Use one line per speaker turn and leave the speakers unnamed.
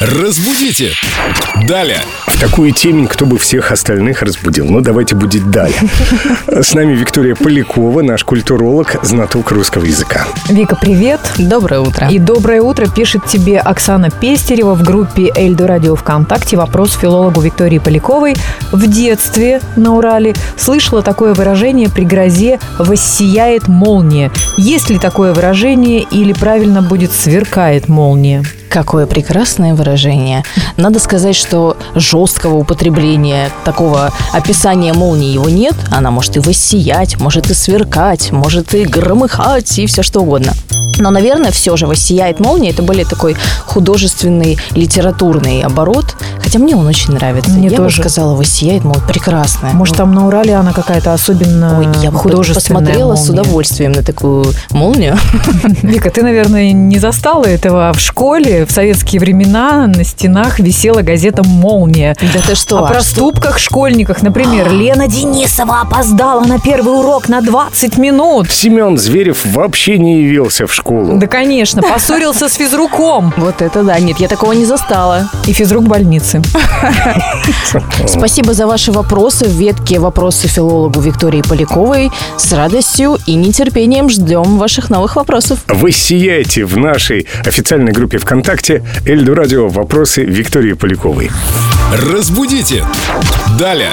Разбудите! Далее!
В такую темень кто бы всех остальных разбудил. Но давайте будет далее. С нами Виктория Полякова, наш культуролог, знаток русского языка.
Вика, привет.
Доброе утро.
И доброе утро пишет тебе Оксана Пестерева в группе Эльду Радио ВКонтакте. Вопрос филологу Виктории Поляковой. В детстве на Урале слышала такое выражение «при грозе воссияет молния». Есть ли такое выражение или правильно будет «сверкает молния»?
Какое прекрасное выражение. Надо сказать, что жесткого употребления такого описания молнии его нет. Она может и воссиять, может и сверкать, может и громыхать, и все что угодно. Но, наверное, все же «Воссияет молния» — это более такой художественный, литературный оборот. Хотя мне он очень нравится.
Мне
я
тоже.
бы сказала «Воссияет молния» прекрасная. Ну,
Может, там на Урале она какая-то особенно
Ой, я бы
художественная
посмотрела с
молния?
удовольствием на такую молнию.
Вика, ты, наверное, не застала этого. В школе в советские времена на стенах висела газета «Молния».
Да ты что?
О проступках школьниках, например, Лена Денисова опоздала на первый урок на 20 минут.
Семен Зверев вообще не явился в школу.
Да, конечно, поссорился с физруком
Вот это да. Нет, я такого не застала.
и физрук больницы.
Спасибо за ваши вопросы в ветке «Вопросы филологу» Виктории Поляковой. С радостью и нетерпением ждем ваших новых вопросов.
Вы сияете в нашей официальной группе ВКонтакте Эльду Радио «Вопросы Виктории Поляковой».
Разбудите! Далее!